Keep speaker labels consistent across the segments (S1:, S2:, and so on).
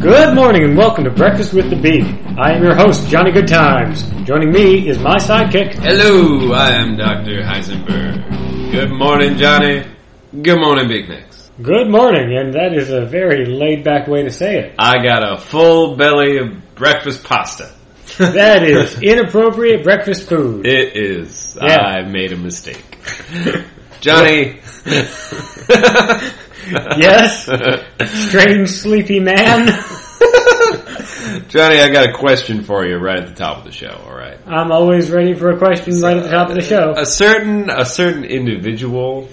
S1: Good morning and welcome to Breakfast with the Beak. I am your host, Johnny Goodtimes. Joining me is my sidekick.
S2: Hello, I am Dr. Heisenberg. Good morning, Johnny. Good morning, Big Nicks.
S1: Good morning, and that is a very laid back way to say it.
S2: I got a full belly of breakfast pasta.
S1: That is inappropriate breakfast food.
S2: It is.
S1: Yeah.
S2: I made a mistake. Johnny.
S1: Yes? Strange, sleepy man.
S2: Johnny, I got a question for you right at the top of the show, alright?
S1: I'm always ready for a question right at the top of the show.
S2: A certain a certain individual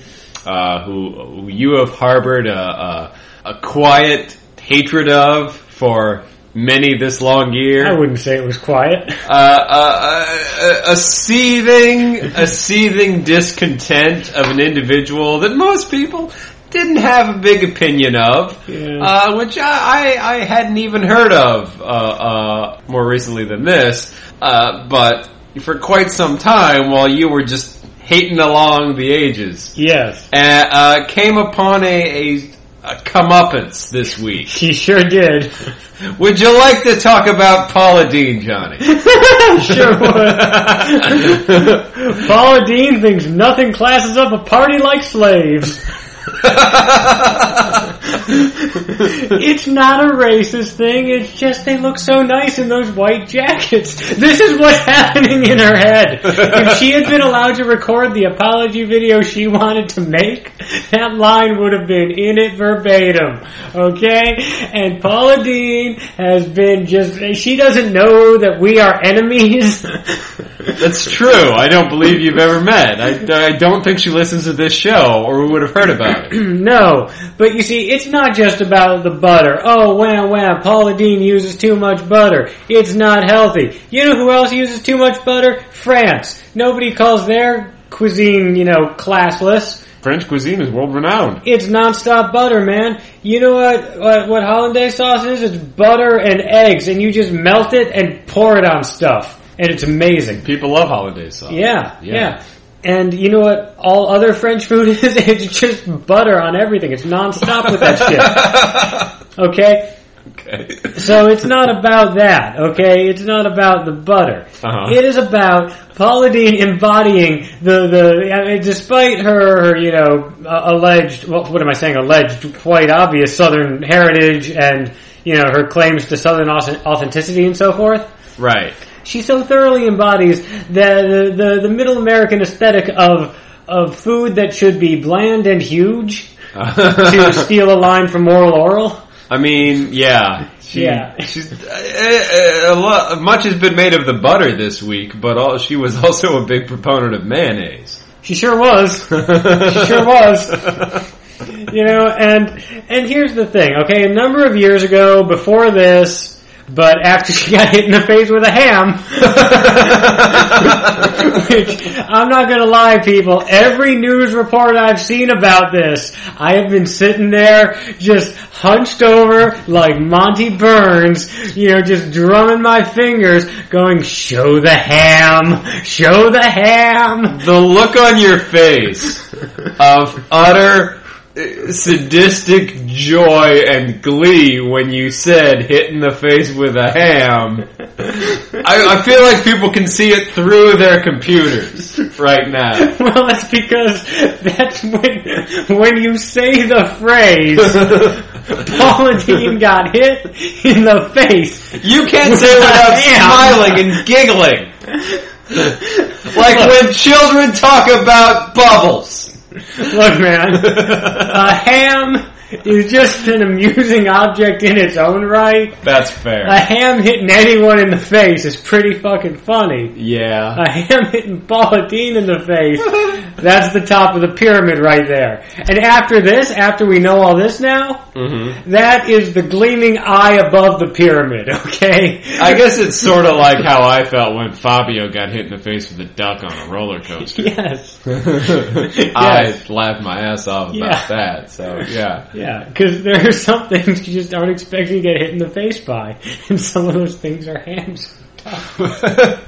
S2: uh, who you have harbored a, a, a quiet hatred of for many this long year.
S1: I wouldn't say it was quiet.
S2: Uh, a, a, a seething, a seething discontent of an individual that most people didn't have a big opinion of,
S1: Yeah.
S2: uh, which I, I, I hadn't even heard of uh, uh, more recently than this. Uh, but for quite some time, while you were just hating along the ages,
S1: Yes.
S2: uh, uh, came upon a, a, a comeuppance this week.
S1: She sure did.
S2: Would you like to talk about Paula Dean, Johnny?
S1: sure would. Paula Dean thinks nothing classes up a party like slaves. It's not a racist thing, it's just they look so nice in those white jackets. This is what's happening in her head. If she had been allowed to record the apology video she wanted to make, that line would have been in it verbatim. Okay? And Paula Dean has been just, she doesn't know that we are enemies.
S2: That's true. I don't believe you've ever met. I, I don't think she listens to this show, or we would have heard about it.
S1: No, but you see, it's not just about the butter. Oh, wow, wow, Paula Dean uses too much butter. It's not healthy. You know who else uses too much butter? France. Nobody calls their cuisine, you know, classless.
S2: French cuisine is world renowned.
S1: It's nonstop butter, man. You know what, what what hollandaise sauce is? It's butter and eggs, and you just melt it and pour it on stuff, and it's amazing.
S2: People love holiday sauce.
S1: Yeah, yeah.
S2: Yeah.
S1: And you know what all other French food is? It's just butter on everything. It's nonstop with that shit. Okay?
S2: Okay.
S1: So it's not about that, okay? It's not about the butter.
S2: Uh-huh.
S1: It is about Paula Deen embodying the, the I mean, despite her, you know, uh, alleged, well, what am I saying, alleged, quite obvious Southern heritage and, you know, her claims to Southern auth- authenticity and so forth.
S2: Right.
S1: She so thoroughly embodies the the, the, the middle American aesthetic of of food that should be bland and huge. To steal a line from Moral Oral.
S2: I mean, yeah. She,
S1: Yeah.
S2: She's, uh, a lot, much has been made of the butter this week, but all, she was also a big proponent of mayonnaise.
S1: She sure was. She sure was. You know, and and here's the thing, okay, a number of years ago, before this, but after she got hit in the face with a ham, Which, I'm not gonna lie, people. Every news report I've seen about this, I have been sitting there just hunched over like Monty Burns, you know, just drumming my fingers, going, show the ham, show the ham.
S2: the look on your face of utter uh, sadistic joy and glee when you said hit in the face with a ham. I, I feel like people can see it through their computers right now.
S1: Well, that's because that's when when you say the phrase, Paula Dean got hit in the face.
S2: You can't say it
S1: With
S2: without
S1: a ham.
S2: smiling and giggling. Like when children talk about bubbles.
S1: Look, man, a ham is just an amusing object in its own right.
S2: That's
S1: A
S2: fair.
S1: ham hitting anyone in the face is pretty fucking funny.
S2: Yeah.
S1: A ham hitting Paula Dean in the face, that's the top of the pyramid right there. And after this, after we know all this now,
S2: hmm
S1: that is the gleaming eye above the pyramid, okay?
S2: I guess it's sort of like how I felt when Fabio got hit in the face with a duck on a roller coaster.
S1: yes.
S2: I laughed my ass off about
S1: Yeah.
S2: that. So yeah,
S1: Yeah, because there are some things you just aren't expecting to get hit in the face by, and some of those things are hams. and,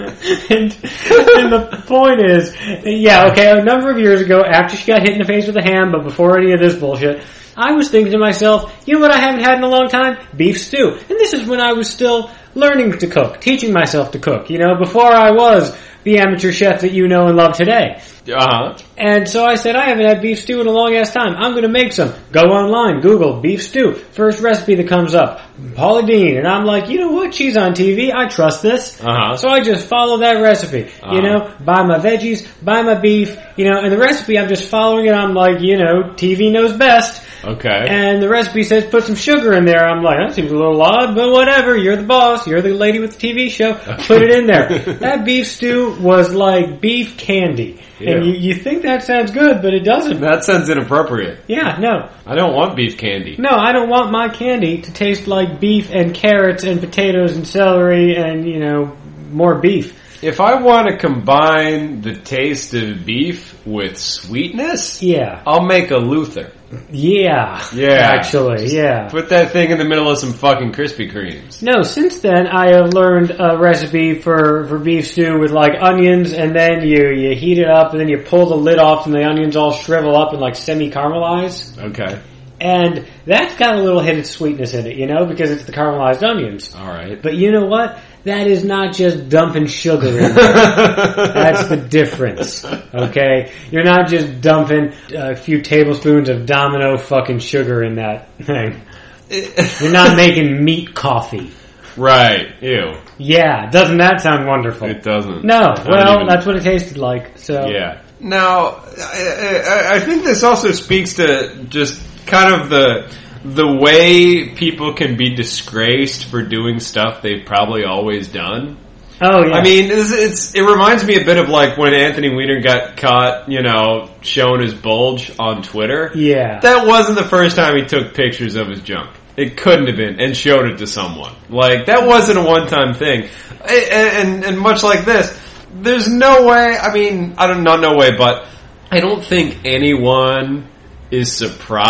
S1: and the point is, yeah, okay, a number of years ago, after she got hit in the face with a ham, but before any of this bullshit, I was thinking to myself, you know what I haven't had in a long time? Beef stew. And this is when I was still learning to cook, teaching myself to cook, you know, before I was the amateur chef that you know and love today.
S2: Uh huh.
S1: And so I said, I haven't had beef stew in a long ass time. I'm gonna make some. Go online, Google beef stew. First recipe that comes up, Paula Dean. And I'm like, you know what? She's on TV. I trust this.
S2: Uh huh.
S1: So I just follow that recipe.
S2: Uh-huh.
S1: You know, buy my veggies, buy my beef, you know, and the recipe I'm just following it. I'm like, you know, TV knows best.
S2: Okay.
S1: And the recipe says put some sugar in there. I'm like, that seems a little odd, but whatever. You're the boss. You're the lady with the TV show. Put it in there. that beef stew was like beef candy. And you,
S2: Yeah.
S1: you think that sounds good, but it doesn't.
S2: that sounds inappropriate.
S1: Yeah, no.
S2: I don't want beef candy.
S1: No, I don't want my candy to taste like beef and carrots and potatoes and celery and, you know, more beef.
S2: If I want to combine the taste of beef with sweetness,
S1: Yeah.
S2: I'll make a Luther.
S1: Yeah.
S2: Yeah.
S1: Actually, yeah.
S2: Put that thing in the middle of some fucking Krispy Kremes.
S1: No, since then I have learned a recipe for, for beef stew with like onions, and then you you heat it up, and then you pull the lid off, and the onions all shrivel up and like semi caramelize.
S2: Okay.
S1: And that's got a little hint of sweetness in it, you know, because it's the caramelized onions.
S2: All right.
S1: But you know what? That is not just dumping sugar in. there. That's the difference, okay? You're not just dumping a few tablespoons of Domino fucking sugar in that thing. You're not making meat coffee.
S2: right. Ew.
S1: Yeah, doesn't that sound wonderful?
S2: It doesn't.
S1: No,
S2: Not
S1: well,
S2: even-
S1: that's what it tasted like. So
S2: Yeah. Now, I, I, I think this also speaks to just kind of the the way people can be disgraced for doing stuff they've probably always done.
S1: oh yeah,
S2: I mean, it's, it's it reminds me a bit of like when Anthony Weiner got caught, you know, showing his bulge on Twitter.
S1: yeah,
S2: That wasn't the first time he took pictures of his junk. It couldn't have been, and showed it to someone. Like that wasn't a one-time thing. A- And and, and much like this, there's no way. I mean, I don't not no way, but I don't think anyone is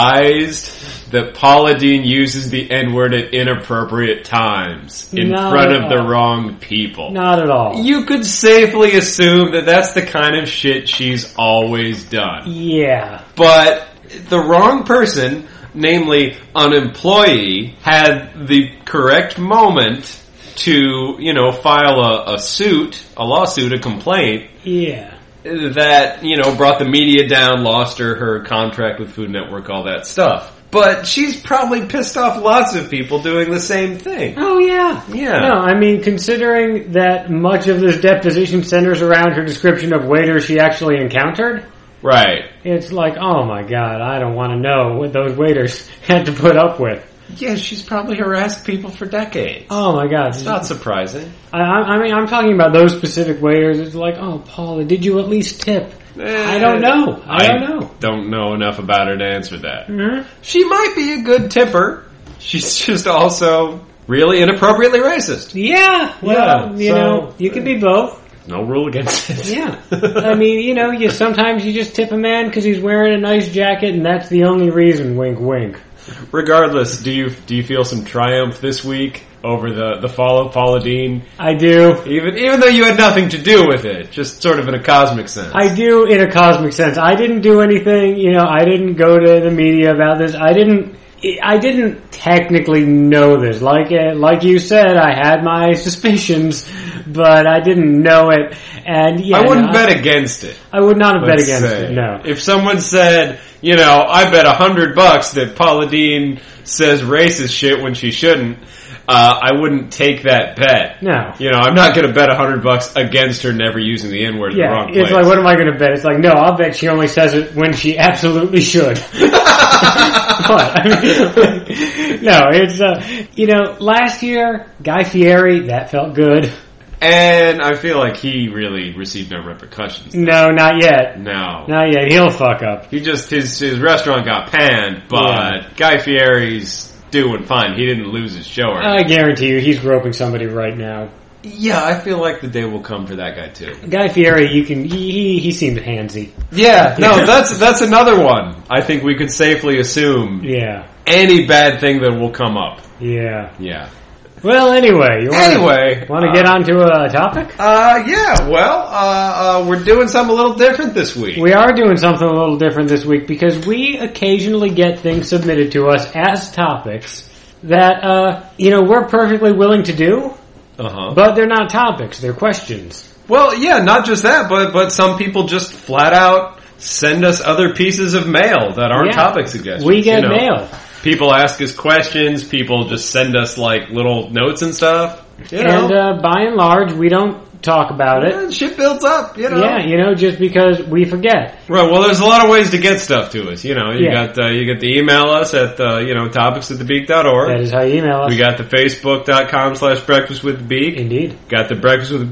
S2: surprised that Paula Dean uses the N-word at inappropriate times in
S1: Not
S2: front
S1: at
S2: of the
S1: all.
S2: wrong people.
S1: not at all.
S2: You could safely assume that that's the kind of shit she's always done
S1: Yeah,
S2: but the wrong person, namely an employee, had the correct moment to, you know, file a, a suit, a lawsuit, a complaint
S1: yeah,
S2: that, you know, brought the media down, lost her her contract with Food Network, all that stuff. But she's probably pissed off lots of people doing the same thing.
S1: oh yeah,
S2: Yeah.
S1: No, I mean considering that much of this deposition centers around her description of waiters she actually encountered.
S2: Right.
S1: It's like, oh my god, I don't want to know what those waiters had to put up with.
S2: Yeah, she's probably harassed people for decades.
S1: Oh my god,
S2: It's not surprising.
S1: I, I I mean, I'm talking about those specific waiters. It's like, oh, Paula, did you at least tip? I don't
S2: Eh.
S1: know. I don't know.
S2: Don't know enough about her to answer that.
S1: Mhm.
S2: She might be a good tipper. She's just also really inappropriately racist.
S1: Yeah, well,
S2: Yeah,
S1: you
S2: so-
S1: know, you can be both.
S2: No rule against it.
S1: Yeah, I mean, you know, you sometimes you just tip a man because he's wearing a nice jacket, and that's the only reason. Wink, wink.
S2: Regardless, do you do you feel some triumph this week over the the fall of Paula Deen?
S1: I do,
S2: Even even though you had nothing to do with it, just sort of in a cosmic sense.
S1: I do, in a cosmic sense. I didn't do anything. You know, I didn't go to the media about this. I didn't. I didn't technically know this. Like uh, like you said, I had my suspicions, but I didn't know it. And yeah,
S2: I wouldn't
S1: no,
S2: bet against it.
S1: I would not have bet
S2: let's
S1: against
S2: say.
S1: it. No.
S2: If someone said, you know, I bet a hundred bucks that Paula Deen says racist shit when she shouldn't, uh, I wouldn't take that bet.
S1: No.
S2: You know, I'm not going to bet a hundred bucks against her never using the N word in the
S1: Yeah,
S2: wrong place.
S1: it's like, what am I going to bet? It's like, no, I'll bet she only says it when she absolutely should. But, I mean, no, it's, uh, you know, last year, Guy Fieri, that felt good.
S2: and I feel like he really received no repercussions.
S1: No, not yet.
S2: No.
S1: Not yet. He'll fuck up.
S2: He just, his, his restaurant got panned, but Guy Fieri's doing fine. He didn't lose his show or anything.
S1: I guarantee you, he's groping somebody right now.
S2: yeah, I feel like the day will come for that guy too.
S1: Guy Fieri, you can, he, he, he seemed handsy.
S2: Yeah, no, that's that's another one. I think we could safely assume
S1: Yeah,
S2: any bad thing that will come up.
S1: yeah.
S2: Yeah.
S1: Well, anyway, you wanna,
S2: Anyway,
S1: want to get onto a topic?
S2: Uh, yeah. Well, uh, uh, we're doing something a little different this week.
S1: We are doing something a little different this week because we occasionally get things submitted to us as topics that uh, you know we're perfectly willing to do,
S2: uh huh.
S1: but they're not topics; they're questions.
S2: Well, yeah. Not just that, but but some people just flat out send us other pieces of mail that aren't
S1: Yeah.
S2: topic suggestions.
S1: We get
S2: you know.
S1: mail,
S2: People ask us questions. People just send us like little notes and stuff. You know,
S1: and uh, by and large, we don't talk about it.
S2: Yeah, shit builds up. You know.
S1: Yeah, you know, just because we forget.
S2: Right. Well, there's a lot of ways to get stuff to us. You know, you
S1: Yeah.
S2: got uh, you got the email us at uh, you know topics at
S1: That
S2: thebeak.org.
S1: is how you email us.
S2: We got the facebook.com slash breakfast with the beak.
S1: Indeed,
S2: Got the breakfast with the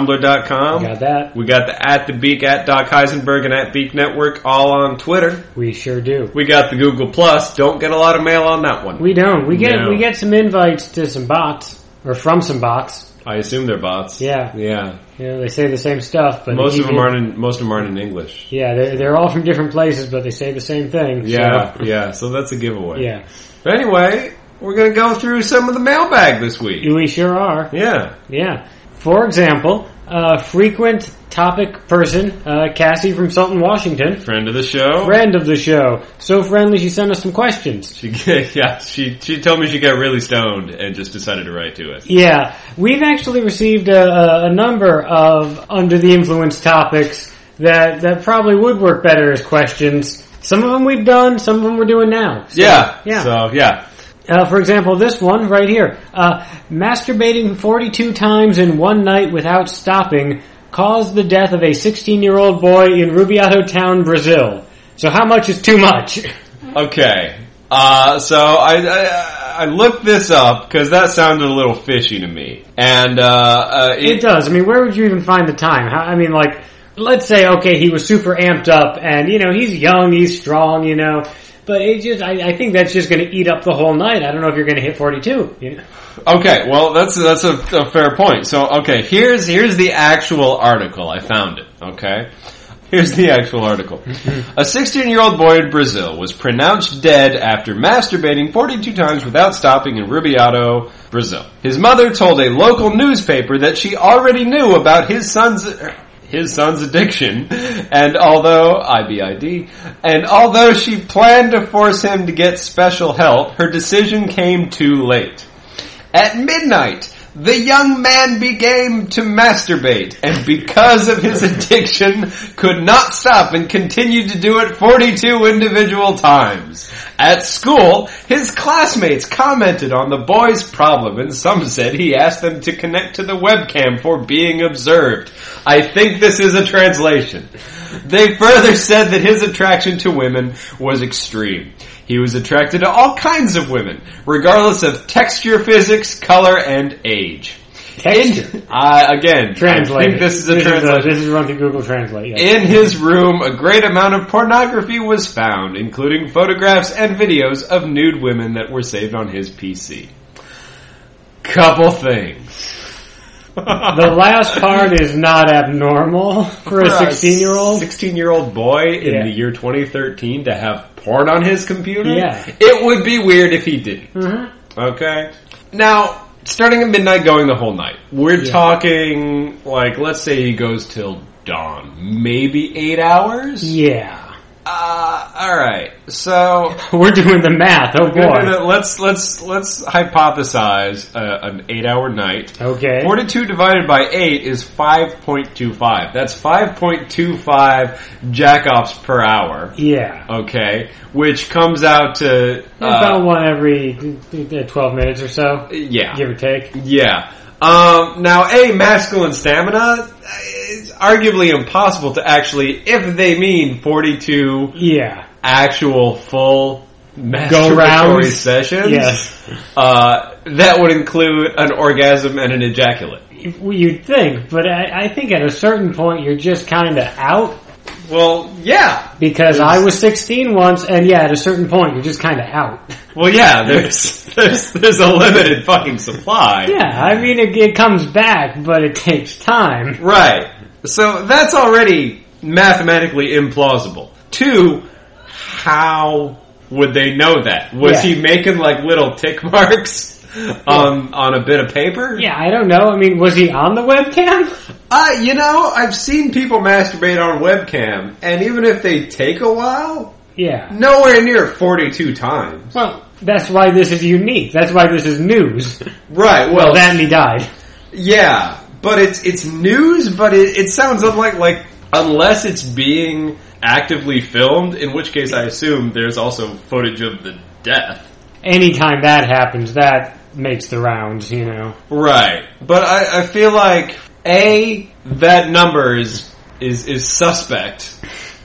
S2: beak.tumblr.com.
S1: got that.
S2: We got the at the beak at Doc Heisenberg and at Beak Network all on Twitter.
S1: We sure do.
S2: We got the Google Plus. Don't get a lot of mail on that one.
S1: We don't. We get
S2: No.
S1: we get some invites to some bots or from some bots.
S2: I assume they're bots.
S1: Yeah,
S2: Yeah.
S1: you know, they say the E same stuff, but
S2: Most
S1: they
S2: of
S1: keep
S2: them
S1: it-
S2: aren't in, most of them aren't in English.
S1: Yeah, they're they're all from different places, but they say the same thing. so-
S2: Yeah, yeah. So that's a giveaway.
S1: yeah,
S2: But anyway, we're gonna go through some of the mailbag this week.
S1: we sure are.
S2: Yeah.
S1: Yeah. For example, uh, frequent topic person uh, Cassie from Salton, Washington,
S2: Friend of the show.
S1: friend of the show, so friendly she sent us some questions.
S2: She get, yeah, she she told me she got really stoned and just decided to write to us.
S1: Yeah, we've actually received a, a, a number of under the influence topics that that probably would work better as questions. Some of them we've done, some of them we're doing now.
S2: yeah.
S1: yeah.
S2: So yeah.
S1: Uh, for example, this one right here. Uh, masturbating 42 times in one night without stopping caused the death of a 16 year old boy in Rubiato Town, Brazil. So, how much is too much?
S2: Okay. Uh, so I, I I looked this up because that sounded a little fishy to me, and uh, uh,
S1: It
S2: it,
S1: does. I mean, where would you even find the time? How, I mean, like, let's say, okay, he was super amped up and, you know, he's young, he's strong, you know. But it just, I, I think that's just going to eat up the whole night. I don't know if you're going to hit 42. You know?
S2: okay. Well, that's that's a, a fair point. So okay, here's here's the actual article. I found it. Okay. Here's the actual article. A 16 year old boy in Brazil was pronounced dead after masturbating 42 times without stopping in Rubiato, Brazil. His mother told a local newspaper that she already knew about his son's. His son's addiction, and although IBID, and although she planned to force him to get special help, her decision came too late. At midnight, the young man began to masturbate, and because of his addiction, could not stop and continued to do it 42 individual times. At school, his classmates commented on the boy's problem, and some said he asked them to connect to the webcam for being observed. I think this is a translation. They further said that his attraction to women was extreme. He was attracted to all kinds of women, regardless of texture, physics, color, and age.
S1: Texture.
S2: Uh, again, I
S1: Translate.
S2: think this is a translation.
S1: This is run through Google Translate. Yeah.
S2: In his room, a great amount of pornography was found, including photographs and videos of nude women that were saved on his PC. Couple things.
S1: The last part is not abnormal for a 16 year old.
S2: 16 year old boy in
S1: Yeah.
S2: the year 2013 to have porn on his computer?
S1: Yeah.
S2: It would be weird if he didn't. Okay. Now, starting at midnight, going the whole night. We're
S1: Yeah.
S2: talking, like, let's say he goes till dawn. Maybe eight hours?
S1: Yeah.
S2: Uh, alright. So,
S1: We're doing the math, oh
S2: we're
S1: boy.
S2: gonna- let's, let's, let's hypothesize uh, an eight hour night.
S1: Okay.
S2: 42 divided by 8 is 5.25. That's 5.25 jackoffs per hour.
S1: Yeah.
S2: Uh, Okay, which comes out to uh,
S1: About one every uh, 12 minutes or so,
S2: yeah,
S1: give or take.
S2: yeah. Um, now, a masculine stamina is arguably impossible to actually, if they mean 42
S1: Yeah.
S2: actual full masturbatory
S1: rounds?
S2: sessions.
S1: Yes.
S2: uh, that would include an orgasm and an ejaculate.
S1: Well, You'd think, but I, I think at a certain point you're just kind of out
S2: Well, yeah,
S1: because I was 16 once, and yeah, at a certain point you're just kind of out.
S2: Well, yeah, there's there's there's a limited fucking supply.
S1: Yeah, I mean, it, it comes back, but it takes time.
S2: Right. So that's already mathematically implausible. Two, how would they know that? Was
S1: Yeah.
S2: he making like little tick marks? on on a bit of paper.
S1: Yeah, I don't know. I mean, was he on the webcam?
S2: Uh, you know, I've seen people masturbate on webcam, and even if they take a while,
S1: Yeah.
S2: nowhere near 42 times.
S1: Well, that's why this is unique. That's why this is news.
S2: Right, well,
S1: Well, that and he died.
S2: yeah, but it's it's news, but it, it sounds unlike, like, unless it's being actively filmed, in which case I assume there's also footage of the death.
S1: Anytime that happens, that makes the rounds, you know.
S2: Right, but I, I feel like, A, that number is, is, is suspect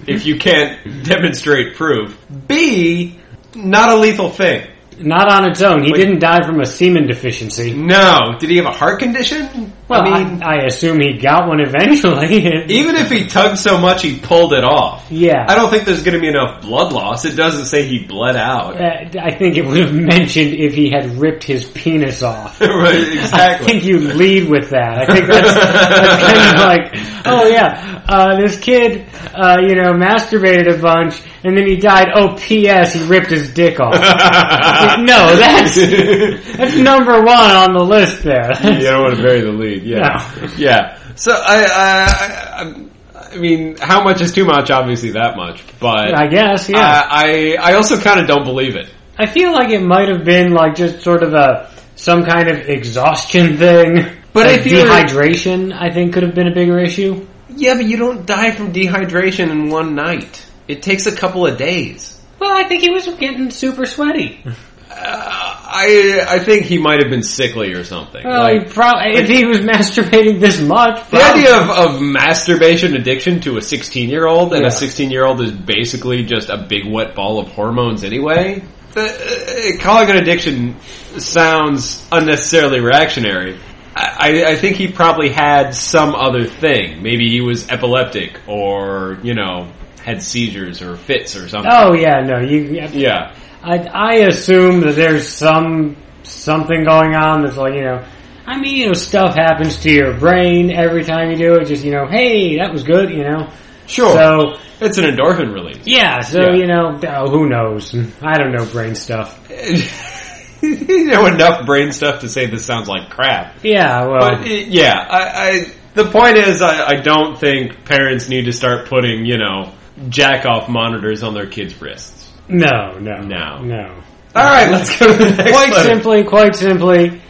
S2: if you can't demonstrate proof. B, not a lethal thing.
S1: Not on its own. He didn't die from a semen deficiency.
S2: No. Did he have a heart condition?
S1: Well,
S2: I
S1: I,
S2: mean,
S1: I assume he got one eventually.
S2: even if he tugged so much he pulled it off,
S1: yeah.
S2: I don't think there's going to be enough blood loss. It doesn't say he bled out.
S1: Uh, I think it would have mentioned if he had ripped his penis off.
S2: right,
S1: I think
S2: exactly.
S1: you lead with that. I think that's, that's kind of like, oh yeah, uh, this kid, uh, you know, masturbated a bunch and then he died. Oh, P.S. He ripped his dick off. no, that's that's number one on the list there.
S2: you don't want to bury the lead. Yeah,
S1: No.
S2: yeah. So I, I, I, I'm- I mean, how much is too much? Obviously, that much. But
S1: I guess, yeah.
S2: Uh, I, I, I also kind of don't believe it.
S1: I feel like it might have been like just sort of a some kind of exhaustion thing.
S2: But
S1: Like
S2: if you were-
S1: dehydration, I think, could have been a bigger issue.
S2: Yeah, but you don't die from dehydration in one night. It takes a couple of days.
S1: Well, I think he was getting super sweaty.
S2: Uh, I I think he might have been sickly or something.
S1: Well,
S2: Like,
S1: he prob- if he was masturbating this much,
S2: the idea of, of masturbation addiction to a 16 year old, and
S1: Yeah.
S2: a 16 year old is basically just a big wet ball of hormones anyway. Uh, uh, calling it addiction sounds unnecessarily reactionary. I, I I think he probably had some other thing. Maybe he was epileptic or, you know, had seizures or fits or something.
S1: Oh yeah, no, you.
S2: Yeah.
S1: I, I assume that there's some something going on that's like you know. I mean, you know, stuff happens to your brain every time you do it. Just you know, hey, that was good, you know.
S2: Sure.
S1: So
S2: it's an endorphin release.
S1: yeah, so
S2: Yeah.
S1: you know, oh, who knows? I don't know brain stuff.
S2: you know enough brain stuff to say this sounds like crap.
S1: Yeah, well,
S2: But uh, yeah, I, I the point is, I, I don't think parents need to start putting you know jack off monitors on their kids' wrists.
S1: no, no,
S2: No.
S1: no.
S2: All right, let's go to the next
S1: quite
S2: letter.
S1: simply, quite simply,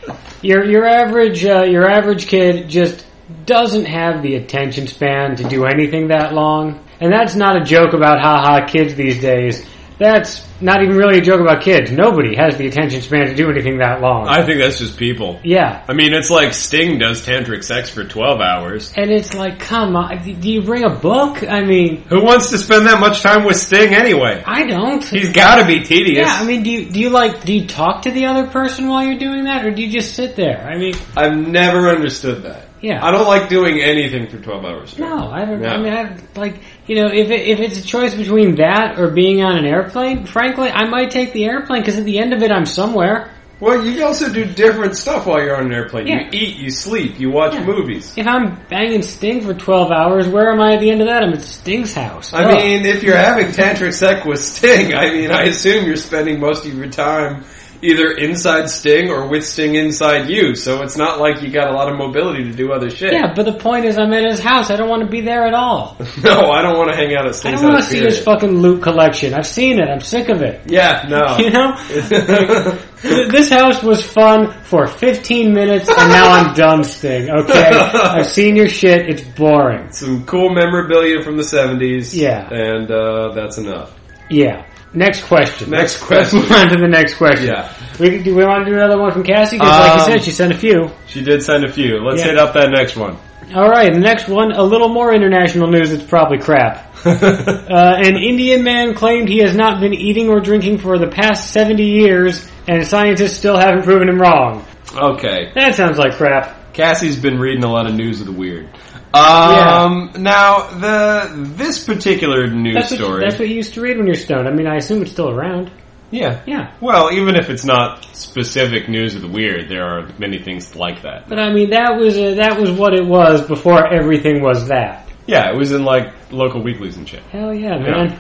S1: your your average uh, your average kid just doesn't have the attention span to do anything that long, and that's not a joke about haha kids these days. That's not even really a joke about kids. Nobody has the attention span to do anything that long.
S2: I think that's just people.
S1: yeah.
S2: I mean, it's like Sting does tantric sex for twelve hours.
S1: And it's like, come on, d- do you bring a book? I mean,
S2: Who wants to spend that much time with Sting anyway?
S1: I don't.
S2: He's got to be
S1: yeah,
S2: tedious.
S1: I mean, do you do you like do you talk to the other person while you're doing that, or do you just sit there? I mean,
S2: I've never understood that.
S1: yeah.
S2: don't like doing anything for twelve hours.
S1: No, I don't. I
S2: No.
S1: mean, I, like you know, if it, if it's a choice between that or being on an airplane, frankly, I might take the airplane because at the end of it, I'm somewhere.
S2: Well, you also do different stuff while you're on an airplane.
S1: You Yeah.
S2: eat, you sleep, you watch
S1: Yeah.
S2: movies.
S1: If I'm banging Sting for twelve hours, where am I at the end of that? I'm at Sting's house.
S2: I
S1: Ugh.
S2: mean, if you're having tantric sex with Sting, I mean, I assume you're spending most of your time either inside Sting or with Sting inside you. So it's not like you got a lot of mobility to do other shit.
S1: yeah, but the point is, I'm at his house. I don't want to be there at all.
S2: No, I don't want to hang out at
S1: I
S2: Sting's
S1: don't want to
S2: house,
S1: see his
S2: period.
S1: fucking loot collection. I've seen it. I'm sick of it.
S2: Yeah,
S1: You
S2: no.
S1: know, Th- this house was fun for 15 minutes, and now I'm done, Sting. Okay, I've seen your shit. It's boring.
S2: Some cool memorabilia from the 70s.
S1: Yeah.
S2: And uh, that's enough.
S1: Yeah. Next question.
S2: Next
S1: Let's
S2: question.
S1: move on to the next question.
S2: Yeah.
S1: We, do we want to do another one from Cassie? Because, like you
S2: Um,
S1: said, she sent a few.
S2: She did send a few. Let's
S1: Yeah.
S2: hit up that next one.
S1: All right, the next one, a little more international news that's probably crap. Uh, an Indian man claimed he has not been eating or drinking for the past 70 years, and scientists still haven't proven him wrong.
S2: okay.
S1: That sounds like crap.
S2: Cassie's been reading a lot of news of the weird. Um, Now the this particular news
S1: That's what,
S2: story.
S1: that's what you used to read when you're stoned. I mean, I assume it's still around.
S2: yeah.
S1: Yeah.
S2: Well, even if it's not specific news of the weird, there are many things like that.
S1: But I mean, that was uh, that was what it was before everything was that.
S2: Yeah, it was in like local weeklies and shit.
S1: Hell yeah, man.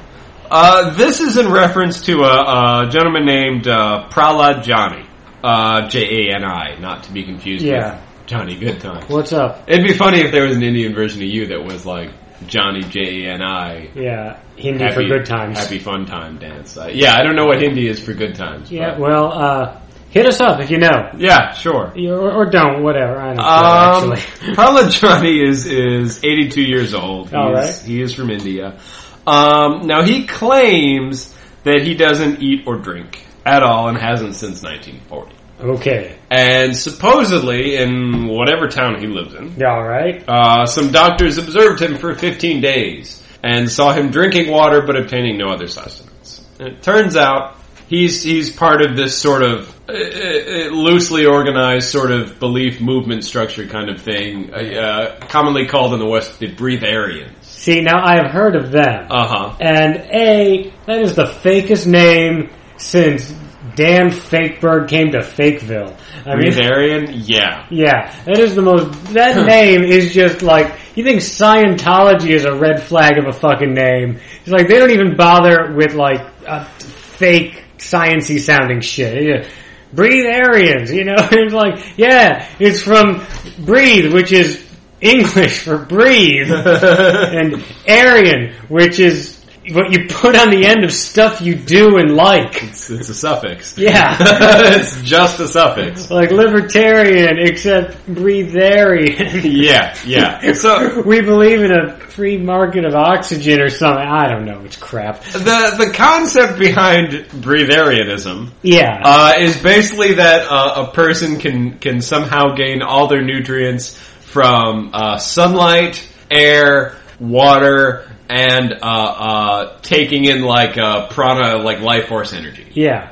S2: Uh, this is in reference to a, a gentleman named uh, Pralad Johnny. Uh, J A N I, not to be confused
S1: Yeah.
S2: with Johnny Goodtime.
S1: What's up?
S2: It'd be funny if there was an Indian version of you that was like Johnny J A N I.
S1: Yeah, Hindi for good times.
S2: Happy fun time dance. Uh, yeah, I don't know what Hindi is for good times.
S1: Yeah,
S2: but-
S1: well, uh, hit us up if you know.
S2: yeah, sure.
S1: You- Or, or don't, whatever. I don't care,
S2: Um,
S1: actually.
S2: Carla Johnny is is 82 years old. He,
S1: All
S2: is, he is from India. Um, now he claims that he doesn't eat or drink at all and hasn't since 1940.
S1: Okay.
S2: And supposedly, in whatever town he lives in,
S1: Yeah, all right.
S2: uh, some doctors observed him for 15 days and saw him drinking water but obtaining no other sustenance. And it turns out he's he's part of this sort of uh, uh, loosely organized sort of belief movement structure kind of thing, uh, uh, commonly called in the West the Breatharians.
S1: See, now I have heard of them.
S2: Uh huh.
S1: and A, that is the fakest name since Dan Fakeberg came to Fakeville. I mean,
S2: Breatharian, yeah.
S1: yeah, that is the most. That name is just like you think Scientology is a red flag of a fucking name. It's like they don't even bother with like a fake sciency sounding shit. Yeah. Breathe Aryans, you know. It's like yeah, it's from breathe, which is English for breathe and Aryan, which is what you put on the end of stuff you do and like.
S2: it's, it's a suffix.
S1: Yeah.
S2: it's just a suffix.
S1: like libertarian, except breatharian.
S2: Yeah, yeah. So
S1: we believe in a free market of oxygen or something. I don't know. It's crap.
S2: the the concept behind breatharianism
S1: Yeah.
S2: uh, is basically that uh, a person can can somehow gain all their nutrients from uh, sunlight, air, water, and uh, uh, taking in like uh, prana, like life force energy,
S1: yeah.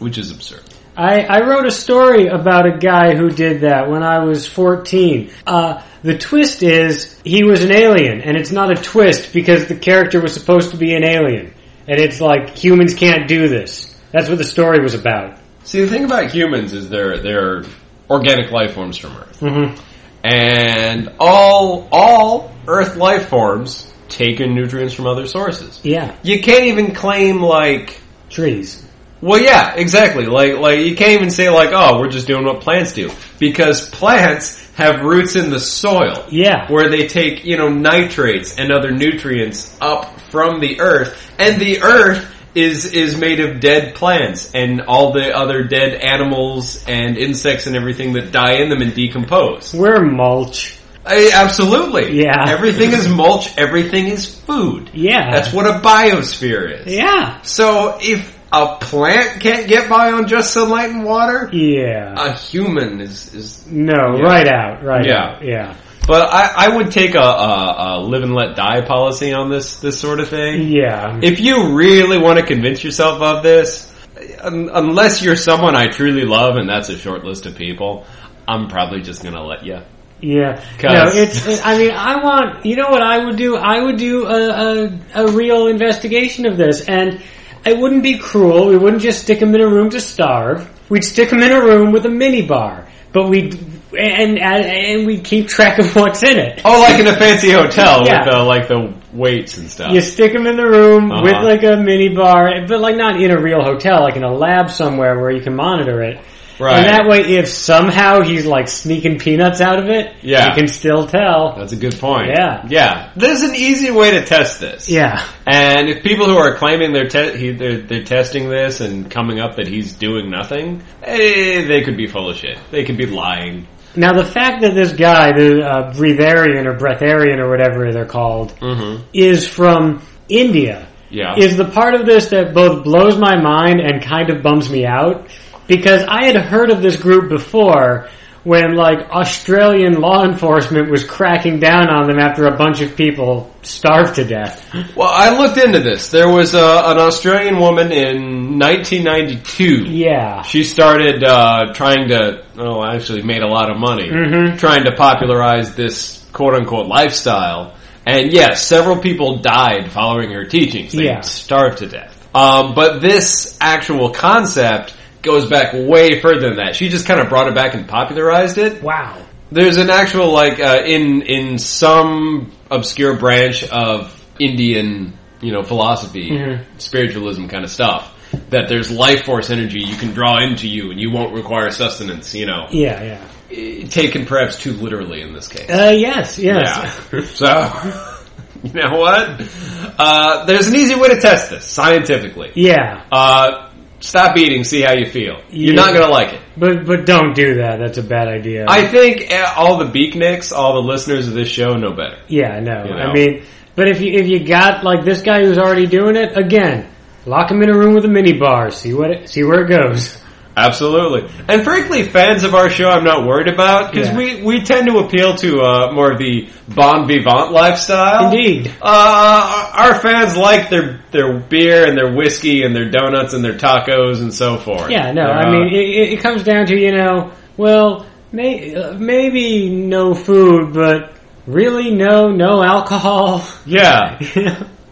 S2: which is absurd.
S1: I, I wrote a story about a guy who did that when I was 14. Uh, the twist is he was an alien, and it's not a twist because the character was supposed to be an alien. And it's like, humans can't do this. That's what the story was about.
S2: See, the thing about humans is they're they're organic life forms from Earth,
S1: Mm-hmm.
S2: and all all Earth life forms take in nutrients from other sources.
S1: Yeah,
S2: You can't even claim like
S1: trees.
S2: Well, yeah, exactly. Like, like you can't even say like, "Oh, we're just doing what plants do," because plants have roots in the soil,
S1: Yeah.
S2: where they take you know nitrates and other nutrients up from the earth, and the earth is is made of dead plants and all the other dead animals and insects and everything that die in them and decompose.
S1: We're mulch.
S2: I, absolutely,
S1: Yeah.
S2: Everything is mulch. Everything is food.
S1: Yeah.
S2: That's what a biosphere is.
S1: Yeah.
S2: So if a plant can't get by on just sunlight and water,
S1: Yeah.
S2: a human is. is
S1: no,
S2: yeah.
S1: right out, right
S2: Yeah.
S1: out. Yeah.
S2: but I, I would take a, a, a live and let die policy on this this sort of thing.
S1: Yeah.
S2: If you really want to convince yourself of this, un, unless you're someone I truly love, and that's a short list of people, I'm probably just gonna let you.
S1: Yeah. No,
S2: 'Cause-
S1: it's, I mean, I want, you know what I would do? I would do a, a, a real investigation of this and it wouldn't be cruel. We wouldn't just stick them in a room to starve. We'd stick them in a room with a mini bar, but we'd, and, and, and we'd keep track of what's in it.
S2: Oh, like in a fancy hotel
S1: Yeah.
S2: with the like the weights and stuff.
S1: You stick them in the room
S2: Uh-huh.
S1: with like a mini bar, but like not in a real hotel, like in a lab somewhere where you can monitor it.
S2: Right.
S1: And that way, if somehow he's like sneaking peanuts out of it,
S2: Yeah.
S1: you can still tell.
S2: That's a good point.
S1: Yeah.
S2: yeah. There's an easy way to test this.
S1: Yeah.
S2: And if people who are claiming they're, te- he, they're they're testing this and coming up that he's doing nothing, eh, they could be full of shit. They could be lying.
S1: Now the fact that this guy, the uh, breatharian or breatharian or whatever they're called,
S2: Mm-hmm.
S1: is from India
S2: Yeah.
S1: is the part of this that both blows my mind and kind of bums me out because I had heard of this group before when like Australian law enforcement was cracking down on them after a bunch of people starved to death.
S2: well, I looked into this. There was uh, an Australian woman in 1992.
S1: Yeah.
S2: She started uh, trying to, oh, actually made a lot of money
S1: Mhm.
S2: trying to popularize this quote unquote lifestyle. And yes, several people died following her teachings. They
S1: Yeah.
S2: starved to death. Um, but this actual concept goes back way further than that. She just kind of brought it back and popularized it.
S1: Wow.
S2: There's an actual like uh, in in some obscure branch of Indian you know philosophy,
S1: Mhm.
S2: spiritualism kind of stuff. that there's life force energy you can draw into you and you won't require sustenance, you know.
S1: Yeah, yeah.
S2: Eh, Taken perhaps too literally in this case.
S1: Uh, yes, yes.
S2: Yeah. So, you know what? Uh, there's an easy way to test this, scientifically.
S1: Yeah.
S2: Uh, stop eating, see how you feel. You're not
S1: Yeah.
S2: gonna like it.
S1: But but don't do that. That's a bad idea.
S2: I think eh, all the beaknicks, all the listeners of this show know better.
S1: yeah, no.
S2: You know.
S1: I mean, but if you if you got like this guy who's already doing it again, lock him in a room with a mini bar. See what it, see where it goes.
S2: Absolutely. And frankly, fans of our show I'm not worried about because
S1: Yeah.
S2: we, we tend to appeal to uh, more of the bon vivant lifestyle.
S1: Indeed.
S2: Uh, our fans like their, their beer and their whiskey and their donuts and their tacos and so forth.
S1: Yeah, no.
S2: Uh,
S1: I mean, it, it- it comes down to you know, well, may, uh, maybe no food, but really no no alcohol.
S2: yeah.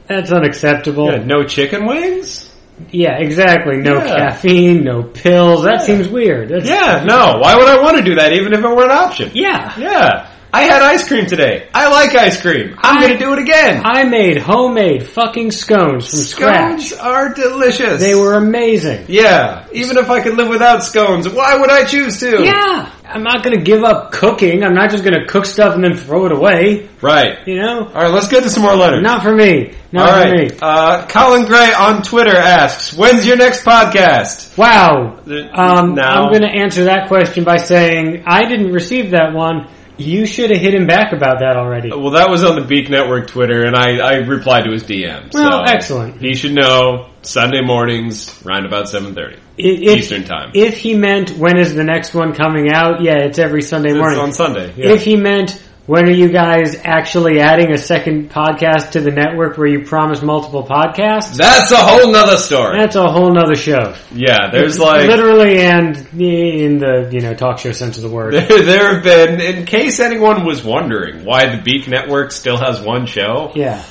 S1: That's unacceptable.
S2: Yeah, No chicken wings?
S1: Yeah, exactly. No
S2: Yeah.
S1: caffeine, no pills. That
S2: Yeah.
S1: seems weird. That's,
S2: Yeah, no. Why would I want to do that even if it were an option?
S1: yeah.
S2: Yeah. I had ice cream today. I like ice cream. I'm
S1: I-
S2: going to do it again.
S1: I made homemade fucking scones from scratch.
S2: Scones are delicious.
S1: They were amazing.
S2: Yeah, even if I could live without scones, why would I choose to?
S1: Yeah. I'm not gonna give up cooking. I'm not just gonna cook stuff and then throw it away.
S2: Right.
S1: You know?
S2: All right, let's get to some more letters.
S1: Not for me.
S2: All
S1: Not for
S2: right.
S1: me.
S2: Uh, Colin Gray on Twitter asks, "When's your next podcast?"
S1: Wow.
S2: The-
S1: Um,
S2: no.
S1: I'm gonna answer that question by saying I didn't receive that one. You should have hit him back about that already.
S2: Well, that was on the Beak Network Twitter, and I, I replied to his DM. So
S1: Well, excellent.
S2: He should know Sunday mornings, round about seven thirty
S1: If- if-
S2: Eastern time.
S1: If he meant when is the next one coming out, yeah, it's every Sunday
S2: it's
S1: morning.
S2: on Sunday. Yeah.
S1: If he meant when are you guys actually adding a second podcast to the network where you promise multiple podcasts,
S2: That's a whole nother story.
S1: that's a whole nother show.
S2: Yeah, there's like
S1: literally and in the you know talk show sense of the word.
S2: There, there have been, in case anyone was wondering why the Beak Network still has one show,
S1: yeah,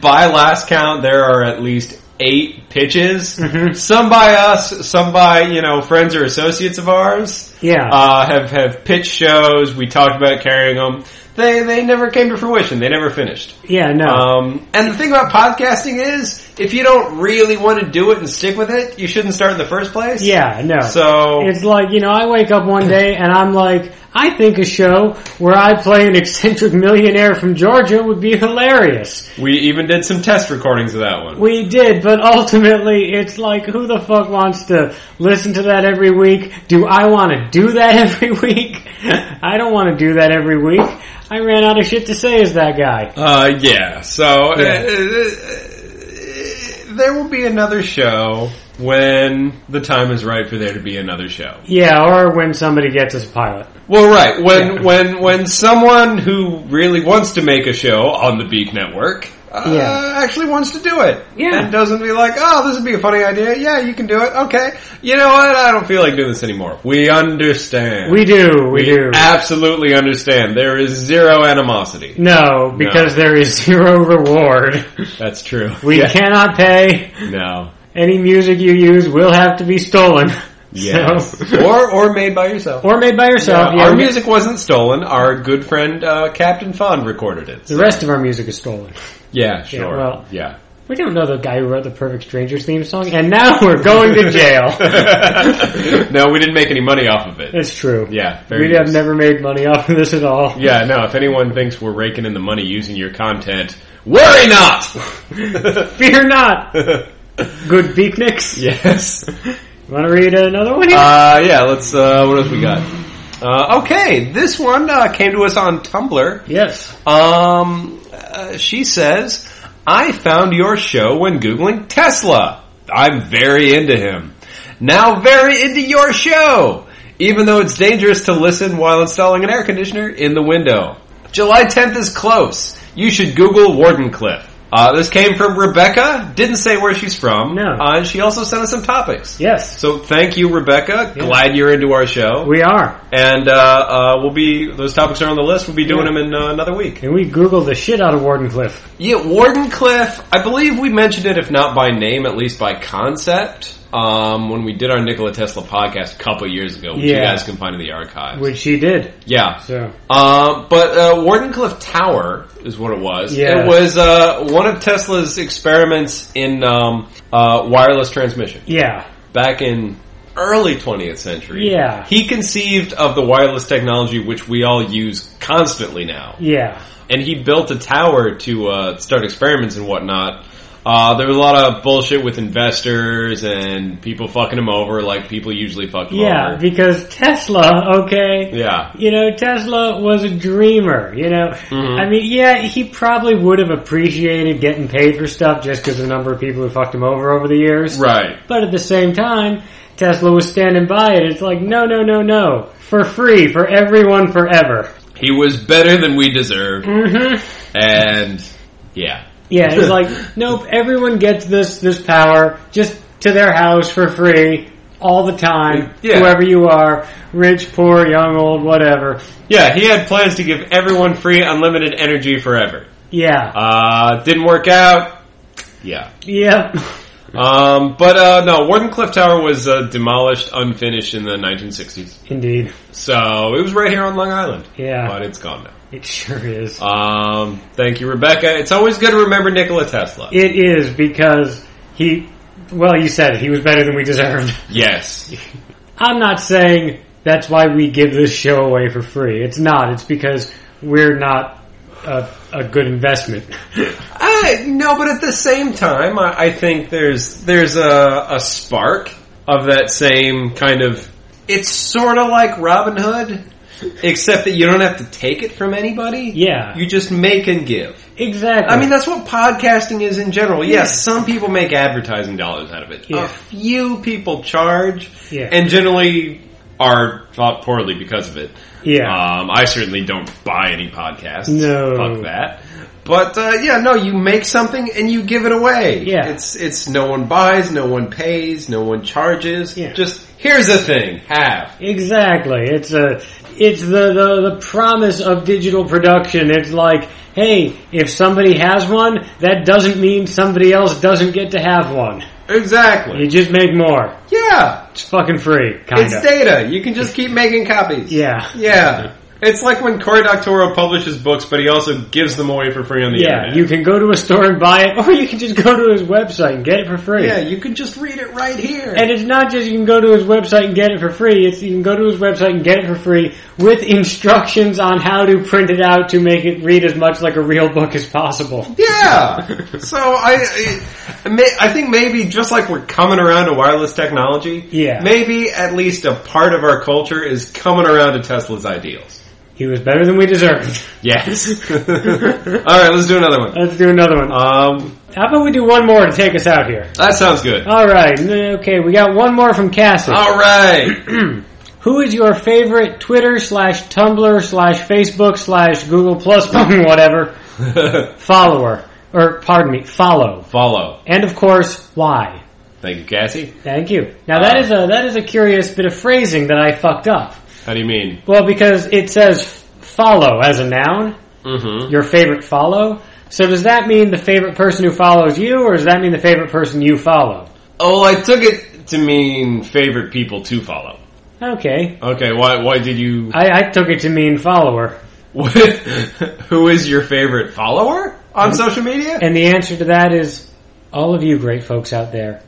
S2: by last count, there are at least eight pitches.
S1: Mm-hmm.
S2: Some by us, some by, you know, friends or associates of ours,
S1: yeah.
S2: uh, have, have pitched shows. We talked about carrying them. They, they never came to fruition. They never finished.
S1: yeah, no.
S2: Um, and the thing about podcasting is, if you don't really want to do it and stick with it, you shouldn't start in the first place.
S1: yeah, no.
S2: So,
S1: It's like, you know, I wake up one day and I'm like, I think a show where I play an eccentric millionaire from Georgia would be hilarious.
S2: we even did some test recordings of that one.
S1: We did, but ultimately, it's like, who the fuck wants to listen to that every week? Do I want to do that every week? I don't want to do that every week. I ran out of shit to say as that guy.
S2: Uh, yeah. So uh,
S1: Yeah.
S2: uh, uh, there will be another show when the time is right for there to be another show.
S1: Yeah, or when somebody gets us a pilot.
S2: Well, right when
S1: Yeah.
S2: when when someone who really wants to make a show on the Beak Network. Uh,
S1: Yeah.
S2: actually wants to do it.
S1: Yeah.
S2: And doesn't be like, oh, this would be a funny idea. Yeah, you can do it. Okay. You know what? I don't feel like doing this anymore. We understand.
S1: We do, we, do.
S2: absolutely understand. There is zero animosity.
S1: no, because there is zero reward.
S2: That's true.
S1: We
S2: Yeah.
S1: cannot pay.
S2: No.
S1: Any music you use will have to be stolen.
S2: Yes.
S1: So-
S2: or or made by yourself.
S1: or made by yourself.
S2: Uh,
S1: yeah,
S2: our
S1: we-
S2: music wasn't stolen. Our good friend uh, Captain Fond recorded it.
S1: the rest of our music is stolen.
S2: yeah, sure. Yeah.
S1: well- We don't know the guy who wrote the Perfect Strangers theme song, and now we're going to jail.
S2: no, we didn't make any money off of it.
S1: It's true.
S2: Yeah, very
S1: We have
S2: nice.
S1: never made money off of this at all.
S2: Yeah, no. If anyone thinks we're raking in the money using your content, worry not.
S1: Fear not, good beatniks.
S2: yes.
S1: Want to read another one here?
S2: Uh, yeah. Let's. Uh, what else we got? Uh, okay, this one uh, came to us on Tumblr.
S1: yes.
S2: Um, uh, she says, I found your show when Googling Tesla. I'm very into him. Now very into your show, even though it's dangerous to listen while installing an air conditioner in the window. July 10th is close. You should Google Wardenclyffe. Uh, this came from Rebecca. Didn't say where she's from.
S1: No.
S2: Uh, and she also sent us some topics.
S1: Yes.
S2: So thank you, Rebecca.
S1: Yeah.
S2: Glad you're into our show.
S1: We are.
S2: and uh, uh, we'll be those topics are on the list. We'll be doing
S1: Yeah.
S2: them in uh, another week.
S1: And we Googled the shit out of Wardenclyffe.
S2: Yeah, Wardenclyffe. I believe we mentioned it, if not by name, at least by concept. um, when we did our Nikola Tesla podcast a couple years ago, which you
S1: Yeah.
S2: guys can find in the archives.
S1: which she did.
S2: yeah.
S1: So
S2: Um, but uh, Wardenclyffe Tower is what it was.
S1: Yeah.
S2: It was uh, one of Tesla's experiments in um, uh, wireless transmission
S1: yeah,
S2: back in early 20th century.
S1: Yeah.
S2: He conceived of the wireless technology which we all use constantly now.
S1: yeah,
S2: and he built a tower to uh, start experiments and whatnot. Uh, there was a lot of bullshit with investors and people fucking him over, like people usually fuck him
S1: yeah.
S2: over.
S1: Because Tesla, okay,
S2: Yeah,
S1: you know, Tesla was a dreamer. You know, I mean, yeah, he probably would have appreciated getting paid for stuff just because the number of people who fucked him over over the years.
S2: right.
S1: But at the same time, Tesla was standing by it. It's like, no, no, no, no, for free for everyone forever.
S2: He was better than we deserve,
S1: Mm-hmm.
S2: and yeah,
S1: Yeah, it's like, nope, everyone gets this this power just to their house for free all the time,
S2: Yeah.
S1: whoever you are, rich, poor, young, old, whatever.
S2: yeah. He had plans to give everyone free, unlimited energy forever.
S1: Yeah.
S2: Uh, didn't work out. Yeah.
S1: yep.
S2: Um, but uh, no, Wardenclyffe Tower was uh, demolished, unfinished in the 1960s.
S1: Indeed.
S2: So it was right here on Long Island,
S1: Yeah.
S2: but it's gone now.
S1: It sure is.
S2: Um, thank you, Rebecca. It's always good to remember Nikola Tesla.
S1: It is because he well, you said it, he was better than we deserved.
S2: Yes.
S1: I'm not saying that's why we give this show away for free. It's not. It's because we're not a, a good investment.
S2: I, no, but at the same time, I, I think there's there's a, a spark of that same kind of. It's sort of like Robin Hood, except that you don't have to take it from anybody.
S1: Yeah.
S2: You just make and give.
S1: exactly.
S2: I mean, that's what podcasting is in general. Yes, some people make advertising dollars out of it.
S1: Yeah.
S2: A few people charge,
S1: Yeah.
S2: and generally are thought poorly because of it.
S1: Yeah.
S2: Um, I certainly don't buy any podcasts.
S1: No.
S2: Fuck that. But uh, yeah, no, you make something and you give it away.
S1: Yeah.
S2: It's it's no one buys, no one pays, no one charges.
S1: Yeah.
S2: Just here's a thing, have.
S1: Exactly. It's a it's the, the the promise of digital production. It's like, hey, if somebody has one, that doesn't mean somebody else doesn't get to have one. You
S2: Exactly.
S1: just make more.
S2: Yeah.
S1: It's fucking free,
S2: It's
S1: kind of.
S2: data. You can just keep making copies.
S1: yeah.
S2: Yeah. It's like when Cory Doctorow publishes books, but he also gives them away for free on the
S1: Yeah,
S2: internet.
S1: you can go to a store and buy it, or you can just go to his website and get it for free.
S2: yeah, you can just read it right here.
S1: And it's not just you can go to his website and get it for free, it's you can go to his website and get it for free with instructions on how to print it out to make it read as much like a real book as possible.
S2: Yeah. so I, I, may- I think maybe just like we're coming around to wireless technology,
S1: Yeah.
S2: maybe at least a part of our culture is coming around to Tesla's ideals.
S1: He was better than we deserved.
S2: Yes. All right, let's do another one.
S1: Let's do another one.
S2: Um,
S1: How about we do one more to take us out here?
S2: that sounds good.
S1: All right. n- Okay, we got one more from Cassie.
S2: All right.
S1: Who is your favorite Twitter slash Tumblr slash Facebook slash Google Plus whatever follower or pardon me follow?
S2: Follow.
S1: And of course, why?
S2: Thank you, Cassie.
S1: Thank you. Now that is a that is a curious bit of phrasing that I fucked up.
S2: How do you mean?
S1: Well, because it says follow as a noun,
S2: Mm-hmm.
S1: your favorite follow. So does that mean the favorite person who follows you, or does that mean the favorite person you follow?
S2: Oh, I took it to mean favorite people to follow.
S1: Okay.
S2: Okay, why why did you?
S1: I, I took it to mean follower.
S2: Who is your favorite follower on social media?
S1: And the answer to that is all of you great folks out there.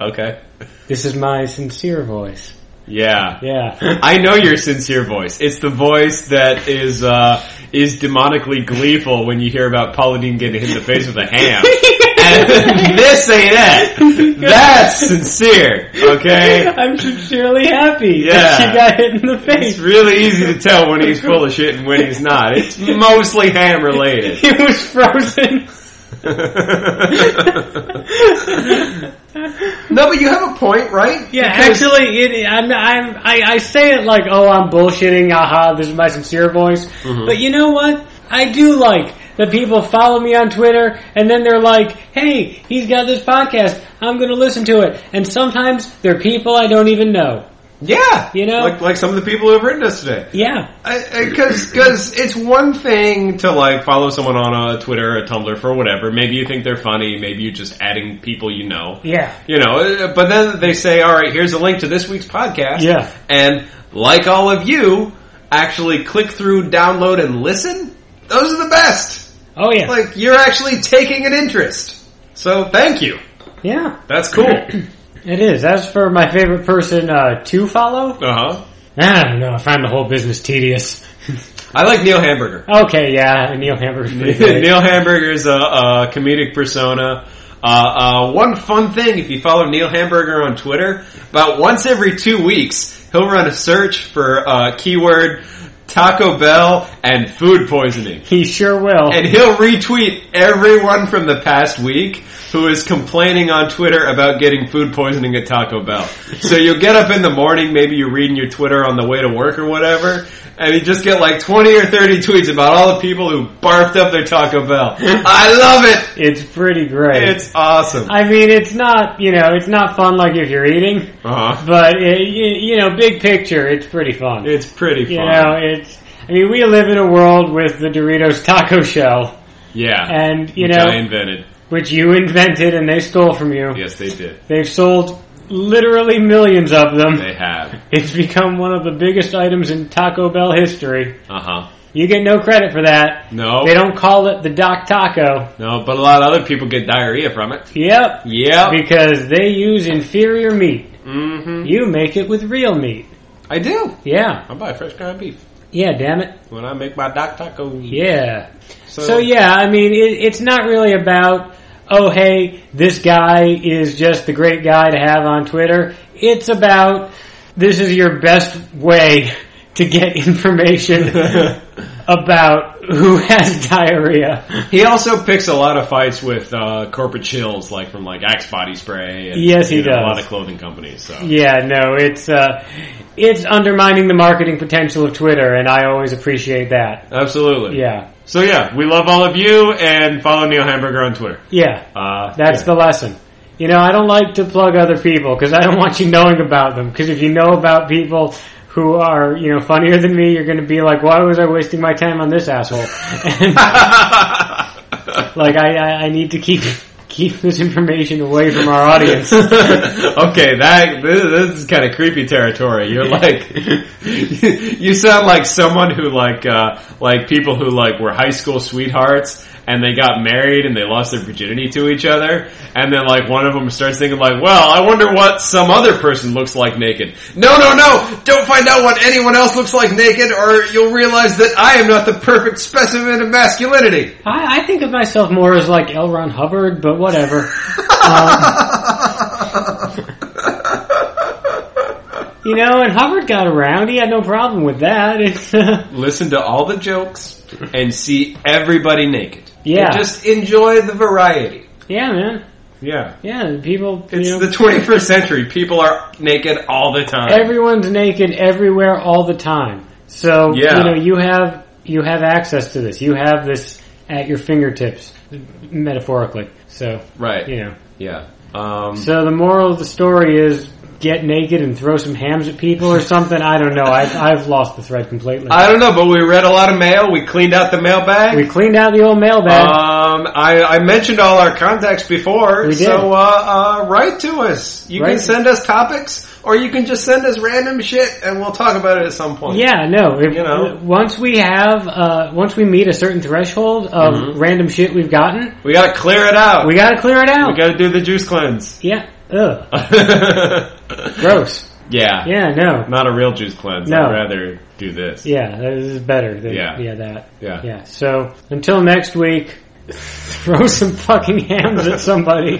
S2: okay.
S1: This is my sincere voice.
S2: Yeah.
S1: Yeah.
S2: I know your sincere voice. It's the voice that is uh, is demonically gleeful when you hear about Pauline getting hit in the face with a ham. And this ain't that. That's sincere. Okay.
S1: I'm sincerely happy
S2: Yeah.
S1: that she got hit in the
S2: It's
S1: face.
S2: really easy to tell when he's full of shit and when he's not. It's mostly ham related.
S1: He was frozen.
S2: no, but you have a point, right?
S1: Yeah,
S2: Because-
S1: actually, it, I'm, I'm, I, I say it like, oh, I'm bullshitting, aha, this is my sincere voice. But you know what? I do like that people follow me on Twitter, and then they're like, hey, he's got this podcast, I'm going to listen to it. And sometimes they're people I don't even know.
S2: Yeah,
S1: You know?
S2: like like some of the people who have written us today.
S1: Yeah.
S2: Because because it's one thing to like follow someone on a Twitter, a Tumblr, for whatever. Maybe you think they're funny. Maybe you're just adding people you know.
S1: Yeah.
S2: You know, uh, but then they say, "All right, here's a link to this week's podcast."
S1: Yeah.
S2: and like all of you, actually click through, download, and listen. Those are the best.
S1: Oh yeah.
S2: Like you're actually taking an interest. So thank you.
S1: yeah.
S2: That's cool. uh
S1: It is. As for my favorite person uh, to follow,
S2: huh.
S1: I don't know. I find the whole business tedious.
S2: I like Neil Hamburger.
S1: Okay, yeah, Neil Hamburger's pretty good.
S2: Neil Hamburger's a, a comedic persona. Uh, uh, one fun thing, if you follow Neil Hamburger on Twitter, about once every two weeks, he'll run a search for uh, keyword Taco Bell and food poisoning.
S1: he sure will.
S2: And he'll retweet everyone from the past week who is complaining on Twitter about getting food poisoning at Taco Bell. So you'll get up in the morning, maybe you're reading your Twitter on the way to work or whatever, and you just get like 20 or 30 tweets about all the people who barfed up their Taco Bell. I love it!
S1: it's pretty great.
S2: It's awesome.
S1: I mean, it's not you know, it's not fun like if you're eating,
S2: Uh-huh.
S1: but it, you, you know, big picture, it's pretty fun.
S2: It's pretty fun.
S1: you know, it's. I mean, we live in a world with the Doritos Taco Shell,
S2: yeah.
S1: and you
S2: Which
S1: know,
S2: I invented.
S1: which you invented and they stole from you.
S2: Yes, they did.
S1: They've sold literally millions of them.
S2: They have.
S1: It's become one of the biggest items in Taco Bell history.
S2: Uh-huh.
S1: You get no credit for that.
S2: No.
S1: They don't call it the Doc Taco.
S2: No, but a lot of other people get diarrhea from it.
S1: Yep.
S2: Yeah.
S1: Because they use inferior meat.
S2: hmm
S1: You make it with real meat.
S2: I do.
S1: Yeah.
S2: I buy fresh ground beef
S1: Yeah, damn it.
S2: when I make my doc taco.
S1: Yeah.
S2: So,
S1: So, yeah, I mean, it, it's not really about, oh, hey, this guy is just the great guy to have on Twitter. It's about, this is your best way to get information about who has diarrhea.
S2: he also picks a lot of fights with uh, corporate chills, like from like Axe Body Spray. And,
S1: Yes, he
S2: you know,
S1: does.
S2: A lot of clothing companies. So
S1: Yeah, no, it's, uh, it's undermining the marketing potential of Twitter, and I always appreciate that.
S2: absolutely.
S1: Yeah.
S2: So yeah, we love all of you, and follow Neil Hamburger on Twitter.
S1: Yeah.
S2: Uh,
S1: That's the lesson. You know, I don't like to plug other people because I don't want you knowing about them. Because if you know about people who are, you know, funnier than me, you're going to be like, why was I wasting my time on this asshole? And, like, I, I, I need to keep keep this information away from our audience.
S2: okay, that this, this is kind of creepy territory. You're like, you sound like someone who like uh, like people who like were high school sweethearts and they got married and they lost their virginity to each other, and then like one of them starts thinking like, well, I wonder what some other person looks like naked. No, no, no! Don't find out what anyone else looks like naked, or you'll realize that I am not the perfect specimen of masculinity.
S1: I, I think of myself more as like L. Ron Hubbard, but whatever. Um, you know, and Hubbard got around. He had no problem with that. It's, uh,
S2: listen to all the jokes and see everybody naked.
S1: Yeah.
S2: And just enjoy the variety.
S1: yeah, man.
S2: Yeah.
S1: Yeah, people.
S2: It's
S1: you know,
S2: the 21st century. People are naked all the time.
S1: everyone's naked everywhere all the time. So
S2: Yeah.
S1: you know you have you have access to this. You have this at your fingertips, metaphorically. So
S2: right.
S1: you know.
S2: Yeah. Um,
S1: So the moral of the story is get naked and throw some hams at people or something. I don't know. I, I've lost the thread completely.
S2: I don't know, but we read a lot of mail. We cleaned out the mailbag.
S1: we cleaned out the old mailbag.
S2: um, I, I mentioned all our contacts before,
S1: We did.
S2: so uh, uh, write to us. You can
S1: Write-
S2: send us topics, or you can just send us random shit, and we'll talk about it at some point.
S1: yeah, no. If,
S2: Oh. You know.
S1: once we have, uh, once we meet a certain threshold of
S2: Mm-hmm.
S1: random shit we've gotten,
S2: we gotta clear it out.
S1: we gotta clear it out.
S2: we gotta do the juice cleanse.
S1: yeah. Ugh. Gross. Yeah. No.
S2: not a real juice cleanse.
S1: No.
S2: I'd rather do this.
S1: Yeah, this is better. Than,
S2: Yeah.
S1: yeah. that.
S2: Yeah.
S1: Yeah, so until next week, throw some fucking hams at somebody.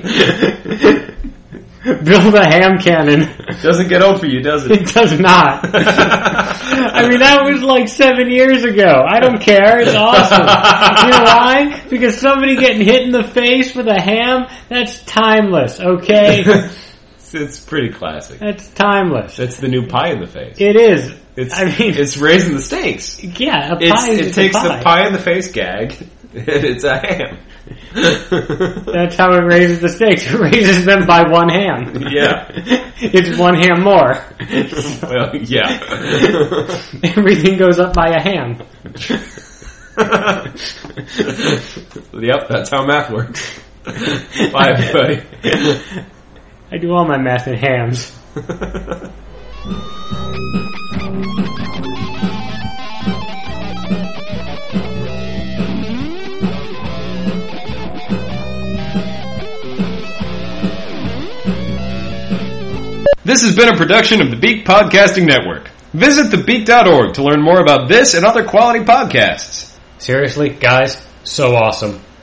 S1: Build a ham cannon.
S2: Doesn't get old for you, does it?
S1: It does not. I mean, that was like seven years ago. I don't care. It's awesome. you know why? Because somebody getting hit in the face with a ham, that's timeless, okay?
S2: it's, it's pretty classic.
S1: That's timeless.
S2: It's the new pie in the face.
S1: It is.
S2: It's
S1: I mean,
S2: it's raising the stakes.
S1: yeah, a pie
S2: It's,
S1: is
S2: it
S1: just
S2: takes
S1: a
S2: the pie in the face gag. and It's a ham.
S1: That's how it raises the stakes. It raises them by one ham.
S2: yeah.
S1: It's one ham more.
S2: Well, yeah.
S1: Everything goes up by a ham.
S2: yep, that's how math works. Bye, everybody.
S1: I do all my math in hams.
S2: This has been a production of the Beak Podcasting Network. Visit thebeak.org to learn more about this and other quality podcasts.
S1: Seriously, guys, so awesome.